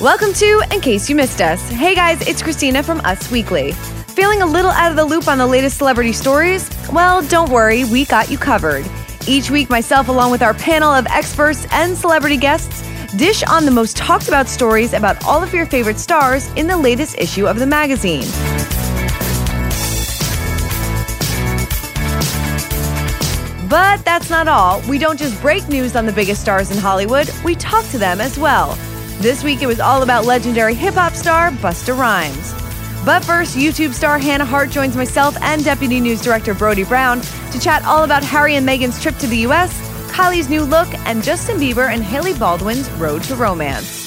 Welcome to In Case You Missed Us. Hey guys, it's Christina from Us Weekly. Feeling a little out of the loop on the latest celebrity stories? Well, don't worry, we got you covered. Each week, myself, along with our panel of experts and celebrity guests, dish on the most talked about stories about all of your favorite stars in the latest issue of the magazine. But that's not all. We don't just break news on the biggest stars in Hollywood, we talk to them as well. This week it was all about legendary hip hop star Busta Rhymes. But first, YouTube star Hannah Hart joins myself and Deputy News Director Brody Brown to chat all about Harry and Meghan's trip to the US, Kylie's new look, and Justin Bieber and Haley Baldwin's road to romance.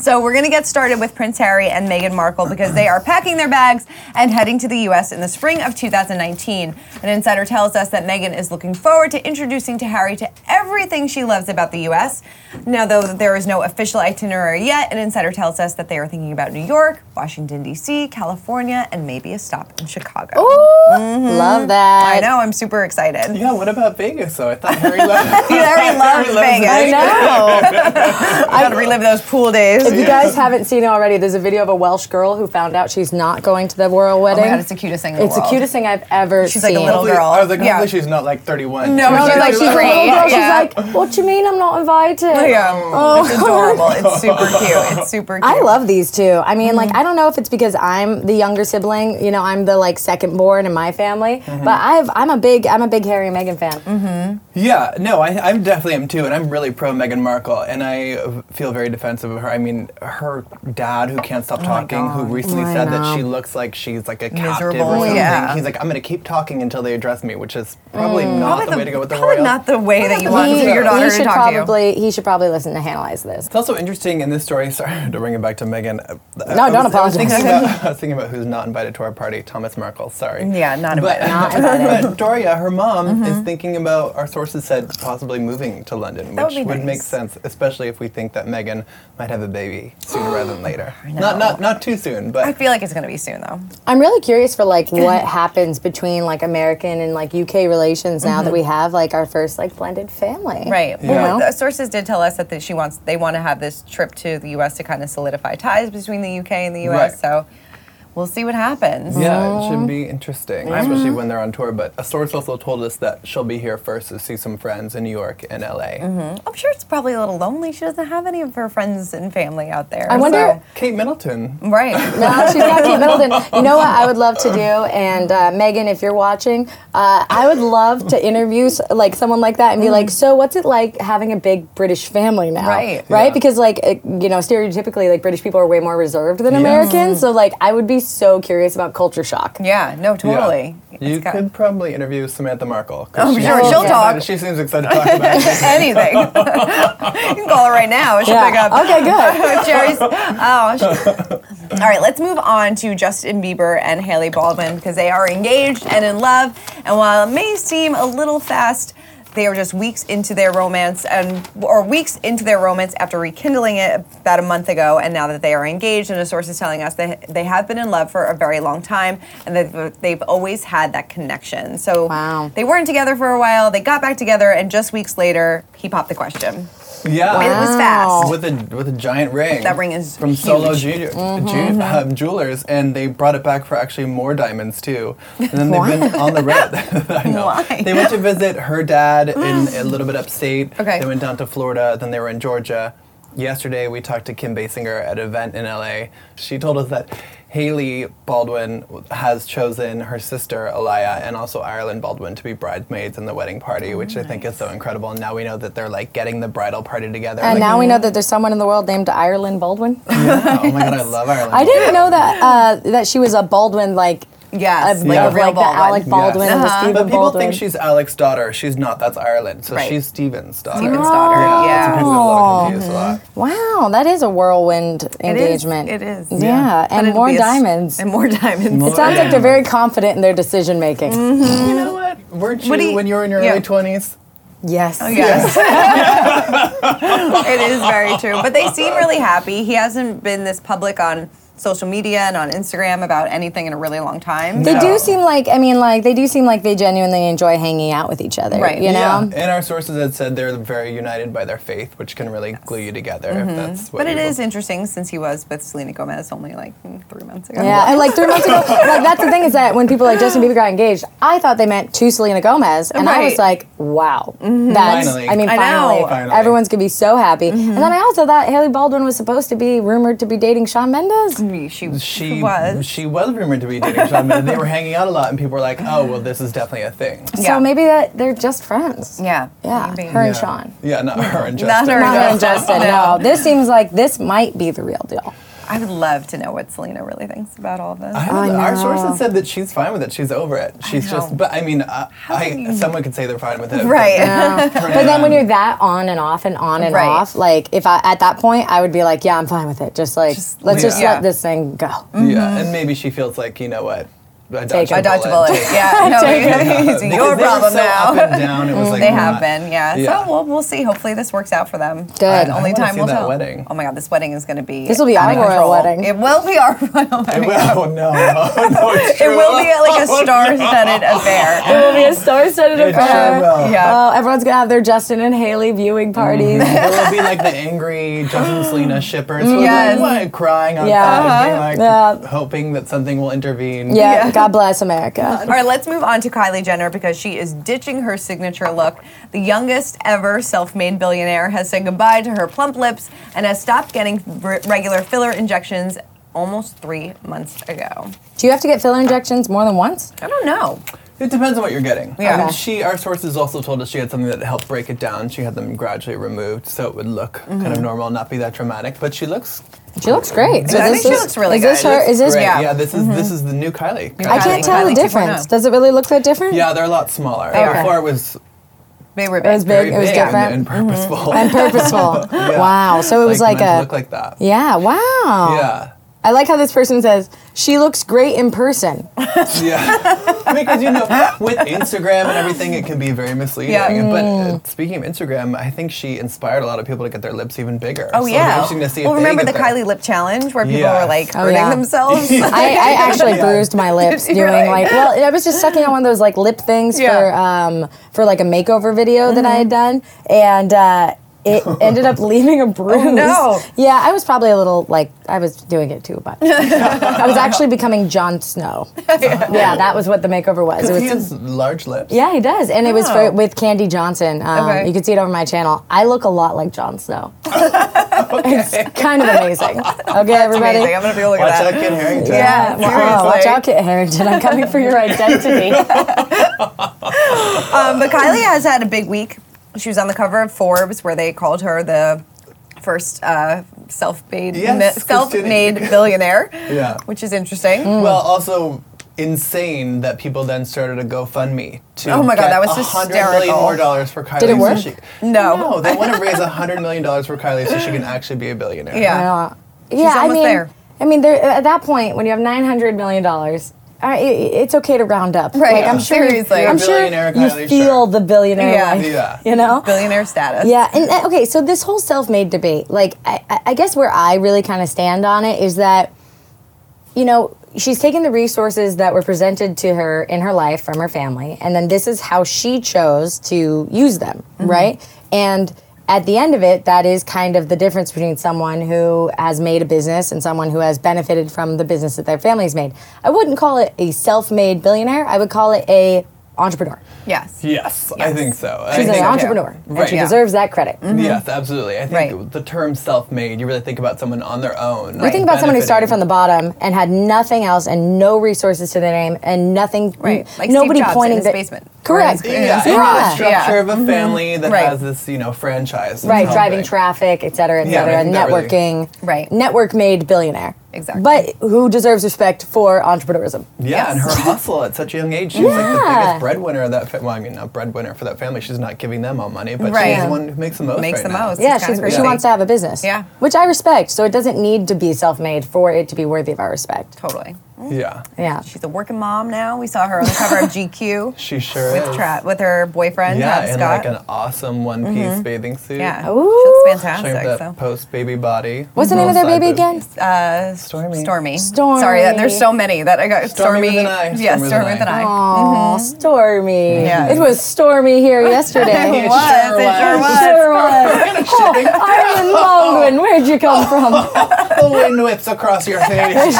So we're going to get started with Prince Harry and Meghan Markle because they are packing their bags and heading to the U.S. in the spring of 2019. An insider tells us that Meghan is looking forward to introducing to Harry to everything she loves about the U.S. Now, though there is no official itinerary yet, an insider tells us that they are thinking about New York, Washington D.C., California, and maybe a stop in Chicago. Love that. I know I'm super excited. Yeah, what about Vegas though? I thought Harry loved Harry loves Vegas. I know. Got to relive those pool days. if you guys haven't seen it already, there's a video of a Welsh girl who found out she's not going to the royal Oh wedding. my god, it's the cutest thing in the It's the world. cutest thing I've ever She's like seen. a little Hopefully- girl. I was like, Yeah. hopefully she's not like 31. No, No, she's she's like, she's a three. little girl. Yeah. She's like, what do you mean I'm not invited? Yeah. Oh. It's adorable. It's super cute. It's super cute. I love these two. I mean, Mm-hmm. like, I don't know if it's because I'm the younger sibling. You know, I'm the like second born in my family. Mm-hmm. But I've I'm a big I'm a big Harry and Meghan fan. Yeah, no, I, I definitely am too, and I'm really pro Meghan Markle, and I feel very defensive of her. I mean, her dad, who can't Oh stop talking, who recently I said know. that she looks like she's like a captive Miserable, or something. yeah. Mm. He's like, I'm gonna keep talking until they address me, which is probably not the, way to go with the probably royal. not the way that you want He, for your daughter he to should talk to probably he should probably listen to analyze this. It's also interesting in this story. Sorry to bring it back to Megan. uh, I No, don't was- I was, thinking apologize. about, I was thinking about who's not invited to our party. Thomas Markle. Sorry. Yeah, not But- invited. Mm-hmm. Not invited. but Doria, her mom, is thinking about. Our sources said possibly moving to London, That would which be would make nice. sense, especially if we think that Megan might have a baby sooner rather than later. Not not not too soon, but you. I feel like it's gonna be soon though. I'm really curious for like what happens between like American and like UK relations now that we have like our first like blended family. Right. You Well, know? the sources did tell us that the, she wants they want to have this trip to the U.S. to kind of solidify ties between the UK and the U.S. Right. So we'll see what happens. Yeah, it should be interesting, especially when they're on tour. But a source also told us that she'll be here first to see some friends in New York and LA. I'm sure it's probably a little lonely. She doesn't have any of her friends and family out there. I wonder- Kate Middleton. so- right. No, she's got Kate Middleton. You know what I would love to do, and uh, Megan, if you're watching, uh, I would love to interview s- like someone like that and be like, so what's it like having a big British family now? Right. Right. Yeah. Because like it, you know, stereotypically, like British people are way more reserved than Americans. So like, I would be so curious about culture shock. Yeah. No. Totally. Yeah. You It's got- could probably interview Samantha Markle. 'cause I'm she sure seems she'll excited- talk. She seems excited to talk about it. anything. you can call her right now. She'll pick up. Okay, good. Jerry's. Oh, she- all right. Let's move on to Justin Bieber and Haley Baldwin because they are engaged and in love. And while it may seem a little fast, they are just weeks into their romance and or weeks into their romance after rekindling it about a month ago. And now that they are engaged, and a source is telling us that they have been in love for a very long time and that they've always had that connection. So Wow. they weren't together for a while. They got back together, and just weeks later, he popped the question. Yeah. It was fast. With a with a giant ring. That ring is from huge. Mm-hmm. Solo Junior Ju- um, Jewelers, and they brought it back for actually more diamonds too. And then they've been on the road. I know. Why? They went to visit her dad in a little bit upstate. Okay. They went down to Florida. Then they were in Georgia. Yesterday we talked to Kim Basinger at an event in LA. She told us that. Haley Baldwin has chosen her sister Elia and also Ireland Baldwin to be bridesmaids in the wedding party, which I think is so incredible. And now we know that they're like getting the bridal party together. And like, now we know that there's someone in the world named Ireland Baldwin. yeah. oh my god, I love Ireland. I didn't know that uh, that she was a Baldwin like Yes, of, like Yeah. a of, real like Baldwin. the Alec Baldwin and the Uh-huh. Stephen But people Baldwin. think she's Alec's daughter. She's not. That's Ireland. So Right. she's Stephen's daughter. Stephen's Oh. daughter, yeah. so people get a lot confused a lot. Wow, that is a whirlwind engagement. It is. Yeah, and it'll more be a s- diamonds. And more diamonds. More it sounds like they're very confident in their decision making. You know what? Weren't you, What do you- when you were in your yeah. early twenties? Yes. Oh, Yes. it is very true. But they seem really happy. He hasn't been this public on social media and on Instagram about anything in a really long time. They Yeah. do seem like I mean, like they do seem like they genuinely enjoy hanging out with each other. Right. You Yeah, know. and our sources had said they're very united by their faith, which can really glue you together Mm-hmm. if that's what But it you- is interesting since he was with Selena Gomez only like mm, three months ago. Yeah, and like three months ago, like that's the thing is that when people like Justin Bieber got engaged, I thought they meant to Selena Gomez, and I Right. Mm-hmm. was like, wow, that's. Finally. I mean, I know. Mm-hmm. finally, Finally. everyone's gonna be so happy. And then I also thought Haley Baldwin was supposed to be rumored to be dating Shawn Mendes. She, She was. She was rumored to be dating Shawn Mendes. They were hanging out a lot, and people were like, "Oh, well, this is definitely a thing." Yeah. So maybe that they're just friends. yeah. Yeah, maybe. her and Yeah. Shawn. Yeah, not her and Not Justin. her Not her and No. Justin. No, this seems like this might be the real deal. I would love to know what Selena really thinks about all this. I I haven't- our know. sources said that she's fine with it. She's over it. She's know. just. But I mean, uh, can I, you- someone could say they're fine with it. but- right. But then when you're that on and off and on and Right. off, like if I at that point I would be like, yeah, I'm fine with it. Just like Just let's leave just it. Yeah. let this thing go. Yeah, and maybe she feels like you know what. I Take dodged it. I a dodged Mm-hmm. a bullet. bullet. Yeah, no, it's Because your they were problem so now. Mm, Up and down. It was like they have not- been, yeah. Yeah. So we'll, we'll see. Hopefully, this works out for them. Good. I- But I only wanna time see will that tell. wedding. Oh my god, this wedding is going to be. This will be out of our royal control. wedding. It will be our royal wedding. It will. Oh, no. Oh, no, it's It will true. be like a star-studded affair. It will be a star-studded It sure will. Yeah. Mm-hmm. Oh, everyone's gonna have their Justin and Haley viewing parties. It will be like the angry Justin and Selena shippers who Yes. are like, what, crying outside, Yeah. being like Uh-huh. Yeah. hoping that something will intervene. yeah, Yeah. God bless America. All right, let's move on to Kylie Jenner because she is ditching her signature look. The youngest ever self made billionaire has said goodbye to her plump lips and has stopped getting r- regular filler injections almost three months ago. Do you have to get filler injections more than once? I don't know. It depends on what you're getting. Yeah. I mean, Okay. she, our sources also told us she had something that helped break it down. She had them gradually removed so it would look kind of normal, not be that dramatic. But she looks She looks great. I Is think she looks really Is this good. her? Is this? great. yeah. Yeah, this is this is the new Kylie. I Kylie- can't tell Kylie the 2.0. difference. Does it really look that different? Yeah, they're a lot smaller. are. Before it was They were It was big. big. very It was big different. and, and purposeful. and purposeful. Yeah. Wow. So it was like, meant to a. look like that. yeah. Wow. Yeah. I like how this person says she looks great in person. Yeah, because you know, with Instagram and everything, it can be very misleading. Yeah. But uh, speaking of Instagram, I think she inspired a lot of people to get their lips even bigger. Oh, so yeah. It's interesting to see. well, if they remember the get there. Kylie lip challenge where people Yeah. were like Oh, hurting yeah. themselves? I, I actually bruised my lips You're doing right. like well, I was just sucking on one of those like lip things Yeah. Mm-hmm. for um for like a makeover video that I had done, and uh, it ended up leaving a bruise. no. Yeah, I was probably a little like I was doing it too much. I was actually becoming Jon Snow. Yeah, that was what the makeover was. It He was has large lips. Yeah, he does, and it was Oh. for, with Candy Johnson. Um, Okay. You can see it over my channel. I look a lot like Jon Snow. It's kind of amazing. Okay, everybody. Amazing. I'm going to be looking Watch at that. out, Kid Harington. Yeah, Wow, watch seriously. out, Kit Harrington. I'm coming for your identity. Um, but Kylie has had a big week. She was on the cover of Forbes, where they called her the first uh, self-made Yes, self-made Christine. billionaire. Yeah. which is interesting. Mm. Well, also insane that people then started a GoFundMe to Oh my God, get that was $100 million hysterical. more dollars for Kylie. Did it work? So she, No. no, they want to raise $100 million for Kylie so she can actually be a billionaire. Yeah. Uh, yeah, I almost mean, there. I mean, there, at that point, when you have nine hundred million dollars, it's okay to round up. Right, Like, I'm yeah. sure. Seriously. I'm You're a sure billionaire, you Kylie, feel sure. the billionaire Yeah. life. Yeah. You know. Billionaire status. Yeah, and uh, okay, so this whole self-made debate, like I, I- I guess where I really kind of stand on it is that, you know, she's taking the resources that were presented to her in her life from her family, and then this is how she chose to use them, Mm-hmm. right? And at the end of it, that is kind of the difference between someone who has made a business and someone who has benefited from the business that their family's made. I wouldn't call it a self-made billionaire. I would call it a entrepreneur. Yes. Yes, I Yes. think so. I She's think an so, too. entrepreneur, and Right. she Yeah. Mm-hmm. deserves that credit. Yes, absolutely. I think Right. the term self-made, you really think about someone on their own. You think about someone who started from the bottom and had nothing else and no resources to their name and nothing. Right, like nobody Steve Jobs in pointing his the- basement. Correct. Or in yeah, his yeah. garage. the structure Yeah. of a family that Right. has this, you know, franchise. that's Mm-hmm. Right, driving helping. traffic, et cetera, et Yeah, cetera, I think that really- networking. Right. Network made billionaire. Exactly. But who deserves respect for entrepreneurism? Yeah, Yes. and her hustle at such a young age. She's like the Yeah. biggest breadwinner of that. Fa- well, I mean, not breadwinner for that family. She's not giving them all money, but Right. she's the one who makes the most. Makes right the now. most. Yeah, It's kinda she's, she crazy. wants to have a business. Yeah. Which I respect. So it doesn't need to be self made for it to be worthy of our respect. Totally. Yeah. Yeah. She's a working mom now. We saw her on the cover of GQ She sure with is. Tra- with her boyfriend yeah, Travis in Scott. Mm-hmm. like an awesome one piece bathing suit. yeah, Ooh. she looks Showing fantastic. that So. post baby body. What's the name of their Little baby side again? boob. Uh, Stormy. Stormy. Stormy. Sorry, that, there's so many that I got. Stormy Stormy. with an I. Yeah, Stormy with Stormy an with an I. eye. Aw, Stormy. Yeah. It was stormy here yesterday. It was. sure it sure was. was. Sure was. Oh, Ireland Baldwin, where'd you come from? The wind whips across your face.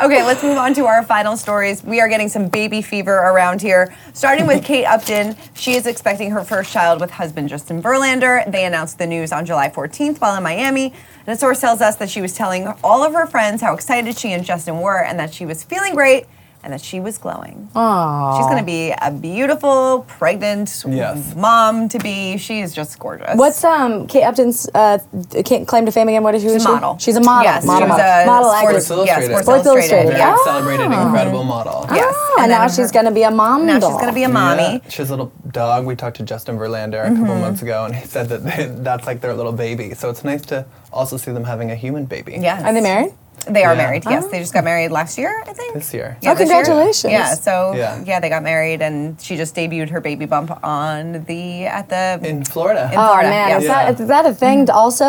Okay, let's move on to our final stories. We are getting some baby fever around here. Starting with Kate Upton, she is expecting her first child with husband Justin Verlander. They announced the news on July 14th while in Miami. And a source tells us that she was telling all of her friends how excited she and Justin were and that she was feeling great and that she was glowing. Aw. She's going to be a beautiful, pregnant Yes. mom to be. She is just gorgeous. What's um Kate Upton's uh can't claim to fame again? What is she? She's a model. She's a model. Yes, model. she was a model. model sports, actress. actress. yeah, Illustrated. sports, Sports illustrated. Illustrated. Very Yeah. Ah. celebrated, incredible model. Yes. Oh, and now then she's her- gonna be a mom. Now she's gonna be a mommy. Mm-hmm. Yeah. She has a little dog. We talked to Justin Verlander a couple months ago, and he said that they, that's like their little baby. So it's nice to also see them having a human baby. Yes. Are they married? They are Yeah. married. Yes, they just got married last year, I think. This year. Yeah, Oh, this year. congratulations. Yeah, so Yeah. yeah. they got married, and she just debuted her baby bump on the at the In Florida. In- Oh Florida, man, is, yeah. that, is that a thing? to Also,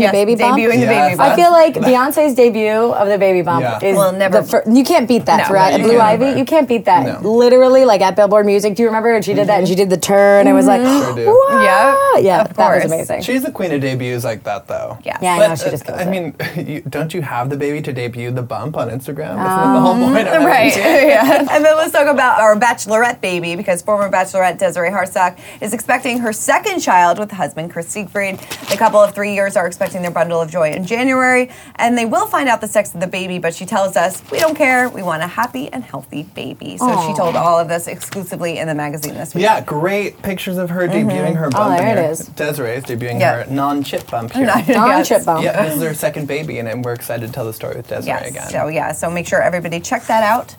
Mm-hmm. yes, the baby bump. debuting the Yes. baby bump. I feel like Beyonce's debut of the baby bump Yeah. is Well, never- the fir- you can't beat that. No. throughout No, you Blue can't. Ivy, Never. you can't beat that. No. Mm-hmm. Literally, like at Billboard Music. Do you remember? And she did that, and she did the turn, and it was like, Sure do. wow, Yep, yeah, of that was course. amazing. She's the queen of debuts like that, though. Yes. yeah, I know she just uh, kills I it. mean, you, don't you have the baby to debut the bump on Instagram? Isn't that the whole point of it? Um, Right. yeah. And then let's talk about our bachelorette baby because former bachelorette Desiree Harsock is expecting her second child with husband Chris Siegfried. The couple of three years are expecting their bundle of joy in January, and they will find out the sex of the baby. But she tells us we don't care. We want a happy and healthy baby. So she Aw. told all of this exclusively in the magazine this week. Yeah, great pictures of her Mm-hmm. debuting Oh, her bump. there in it here. is. Desiree is debuting Yeah. her non-chip bump here. Non Yes. chip bump. Yeah, this is her second baby, and then we're excited to tell the story with Desiree Yes. again. So yeah. So make sure everybody check that out.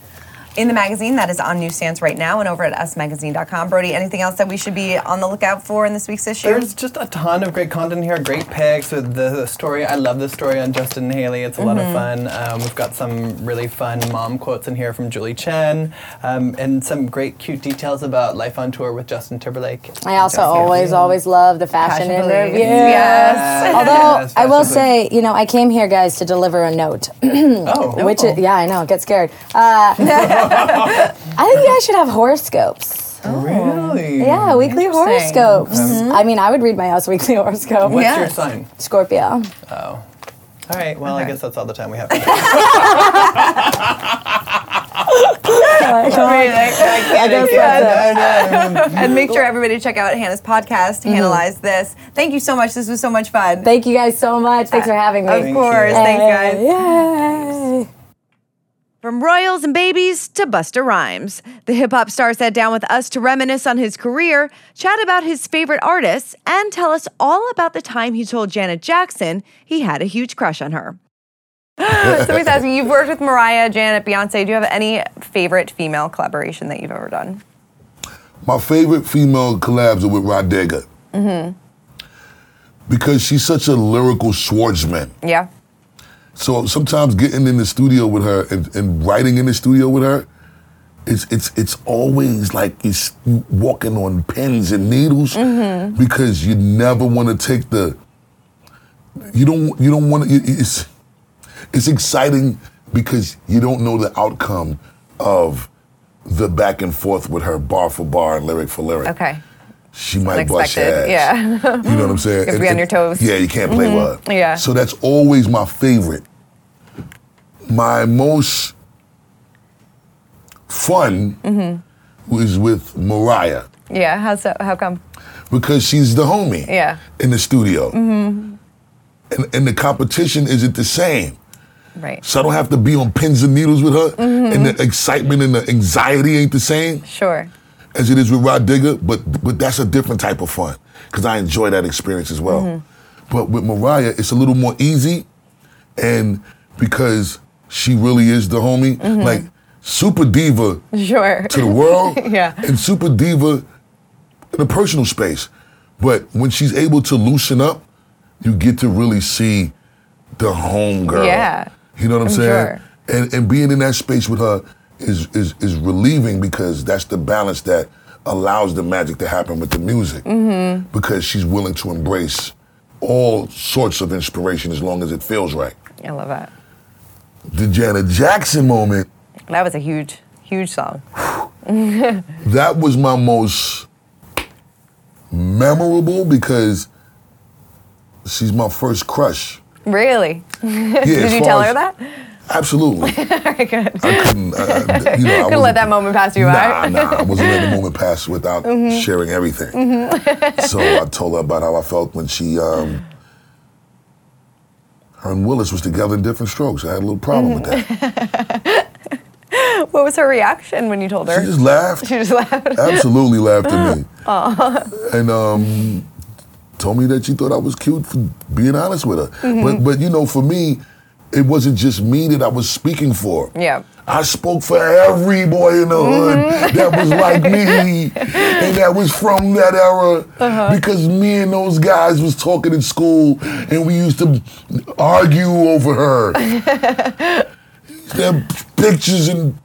In the magazine that is on newsstands right now and over at usmagazine.com. Brody, anything else that we should be on the lookout for in this week's issue? There's just a ton of great content here, great pics. with The, the story, I love the story on Justin and Haley. It's a lot of Mm-hmm. fun. Um, we've got some really fun mom quotes in here from Julie Chen, um, and some great cute details about life on tour with Justin Timberlake. I also always, always love the fashion, Fashion interview. police. Yes. Although Yes, I will fashion say, you know, I came here, guys, to deliver a note. police. oh, Which, is, yeah, I know, get scared. Uh, I think you guys should have horoscopes. oh, really? Yeah, weekly Hmm. Interesting. horoscopes. I mean, I would read my house weekly horoscope. What's your Yes. sign? Scorpio. Oh. All right. Well, I Okay. guess that's all the time we have. I Oh my God. guess can't again. No, no. and make sure everybody check out Hannah's podcast, Hannah Analyze This. Thank you so much. This was so much fun. Thank you guys so much. Thanks for having me. of Thank course. you. Thanks, guys. Yay. From royals and babies to Busta Rhymes, the hip hop star sat down with us to reminisce on his career, chat about his favorite artists, and tell us all about the time he told Janet Jackson he had a huge crush on her. Somebody's asking, you've worked with Mariah, Janet, Beyonce. Do you have any favorite female collaboration that you've ever done? My favorite female collabs are with Rodega. Because she's such a lyrical Schwartzman. Yeah. So sometimes getting in the studio with her and, and writing in the studio with her, it's it's it's always like it's walking on pins and needles because you never want to take the you don't you don't want to it's it's exciting because you don't know the outcome of the back and forth with her bar for bar and lyric for lyric. Okay. She might bust your ass. Unexpected. Yeah. You know what I'm saying? Gotta be on your toes. Mm-hmm. Yeah, you can't play with her. Yeah. So that's always my favorite. My most fun Mm-hmm. was with Mariah Yeah. How so? How come? because she's the homie Yeah. Mm-hmm. in the studio. And, and the competition isn't the same. Right. So I don't have to be on pins and needles with her. Mm-hmm. And the excitement and the anxiety ain't the same Sure. as it is with Rod Digger, but but that's a different type of fun because I enjoy that experience as well. But with Mariah, it's a little more easy, and because she really is the homie, like super diva Sure. to the world, Yeah. and super diva in a personal space. But when she's able to loosen up, you get to really see the homegirl. Yeah. You know what I'm I'm saying? sure. and and being in that space with her is is is relieving because that's the balance that allows the magic to happen with the music Mm-hmm. because she's willing to embrace all sorts of inspiration as long as it feels right. I love that. The Janet Jackson moment That was a huge, huge song. that was my most memorable because she's my first crush. Really? Yeah, Did you tell her that? Absolutely. All right, good. I couldn't. I, I- you know, I Couldn't wasn't- let that moment pass you Nah, by. Mm-hmm. nah, I wasn't letting the moment pass without sharing everything. so I told her about how I felt when she, um, her and Willis was together in different strokes. I had a little problem with Mm-hmm. that. What was her reaction when you told She her? just Uh, laughed. She just laughed. absolutely laughed at me. And um, told me that she thought I was cute for being honest with her. But but you know, for me, it wasn't just me that I was speaking for. Yeah. I spoke for every boy in the Mm-hmm. hood that was like me and that was from that era Uh-huh. because me and those guys was talking in school and we used to argue over her. Their pictures and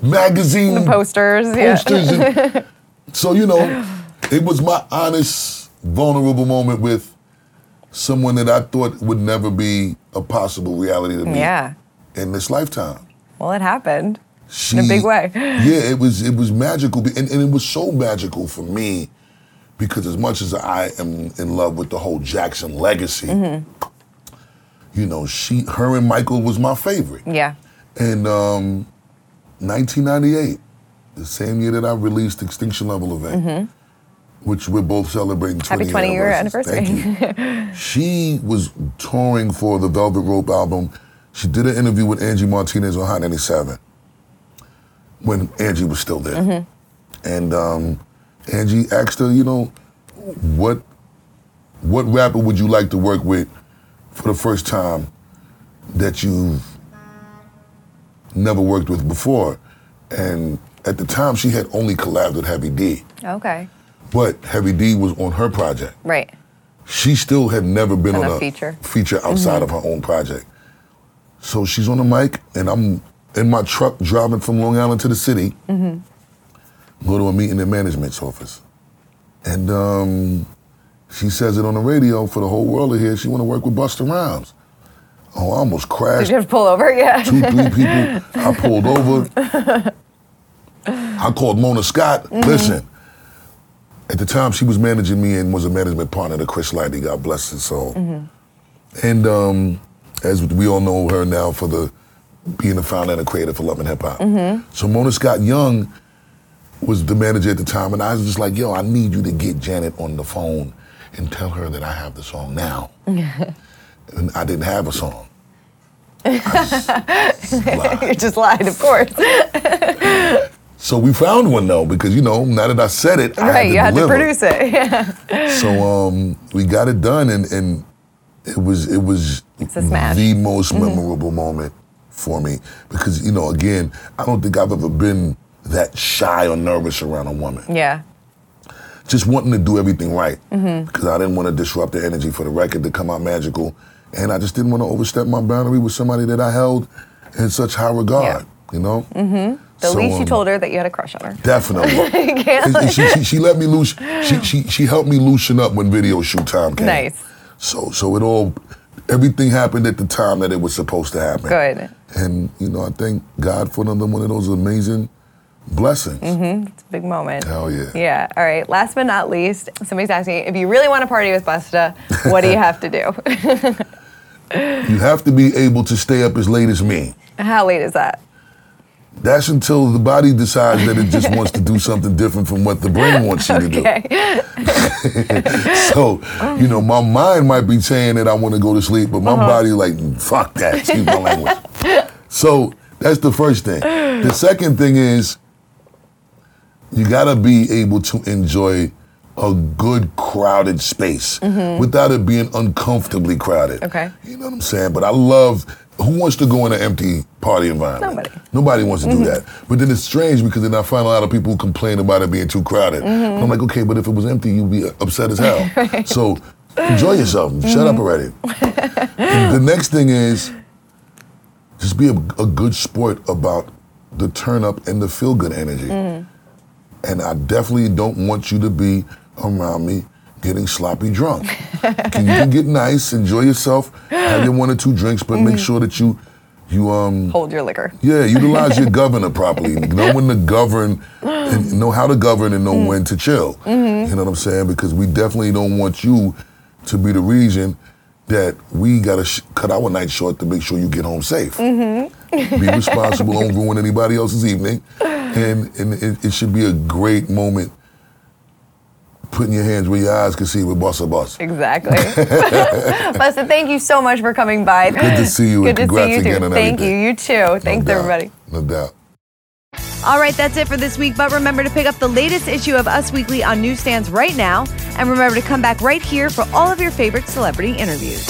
magazine Posters. Yeah. posters. and- so you know, it was my honest, vulnerable moment with someone that I thought would never be a possible reality to me Mm, Yeah. in this lifetime. Well, it happened. She, big way. Yeah, it was it was magical, be- and, and it was so magical for me because as much as I am in love with the whole Jackson legacy, Mm-hmm. you know, she, her, and Michael was my favorite Yeah. in um, 1998, the same year that I released Extinction Level Event, which we're both celebrating 20 Mm-hmm. Happy 20 year anniversaries. Thank you. she was touring for the Velvet Rope album. She did an interview with Angie Martinez on Hot 97 when Angie was still there. Mm-hmm. And um, Angie asked her, you know, what what rapper would you like to work with for the first time that you've never worked with before. And at the time, she had only collabed with Heavy D, Okay. but Heavy D was on her project. Right. She still had never been On on a a, feature. Mm-hmm. feature outside of her own project. So she's on the mic, and I'm in my truck driving from Long Island to the city. Mm-hmm. Go to a meeting in management's office, and um, she says it on the radio for the whole world to hear. She want to work with Busta Rhymes. Oh, I almost crashed Did you have to pull over? Yeah. two, three people. I pulled over. I called Mona Scott. Listen, at the time she was managing me and was a management partner to Chris Lighty. God bless his soul. And um, as we all know her now for the being the founder and the creator for Love and Hip Hop. So Mona Scott Young was the manager at the time, and I was just like, "Yo, I need you to get Janet on the phone and tell her that I have the song now." and I didn't have a song. I just lied. You just lied, of course. So we found one though, because you know, now that I said it, I Right. You had had to to deliver. produce it. Yeah. So um, we got it done, and, and it was it was a smash. Mm-hmm. the most memorable moment for me because you know, again, I don't think I've ever been that shy or nervous around a woman. Yeah. Just wanting to do everything right because I didn't want to disrupt the energy for the record to come out magical, and I just didn't want to overstep my boundary with somebody that I held in such high regard. You know, mm-hmm. The least you told her that you had a crush on her. Definitely. And- and she, she, she let me loose. She, she, she helped me loosen up when video shoot time came. Nice. So so it all, everything happened at the time that it was supposed to happen. Good. And you know I thank God for another one of those amazing blessings. It's a big moment. Hell yeah. Mm-hmm. Yeah. All right. Last but not least, somebody's asking if you really want to party with Busta, what do you have to do? You have to be able to stay up as late as me. How late is that? That's until the body decides that it just wants to do something different from what the brain wants you to do. Okay. So, you know, my mind might be saying that I want to go to sleep, but my Uh-huh. body like, fuck that. Excuse my language. So that's the first thing. The second thing is you gotta be able to enjoy a good crowded space without it being uncomfortably crowded. Mm-hmm. Okay. You know what I'm saying? But I love who wants to go in an empty party environment? Nobody. Nobody wants to do that. But then it's strange because then I find a lot of people complain about it being too crowded. But I'm like, okay, but if it was empty, you'd be upset as hell. So enjoy yourself. Shut up already. the next thing is just be a, a good sport about the turn up and the feel good energy. And I definitely don't want you to be around me getting sloppy drunk. can, you can get nice, enjoy yourself, have your one or two drinks, but make sure that you you um Hold your liquor. yeah, utilize your governor properly. Know when to govern, and know how to govern, and Mm. know when to chill. Mm-hmm. You know what I'm saying? Because we definitely don't want you to be the reason that we gotta sh- cut our night short to make sure you get home safe. Mm-hmm. Be responsible, don't ruin anybody else's evening, and and it, it should be a great moment. Putting your hands where your eyes can see with Bossa Boss. Exactly. Busta, thank you so much for coming by. Good to see you, and Good to see congrats you again too. on Thank you. everything. You too. Thanks, No doubt. everybody. No doubt. All right, that's it for this week. But remember to pick up the latest issue of Us Weekly on newsstands right now. And remember to come back right here for all of your favorite celebrity interviews.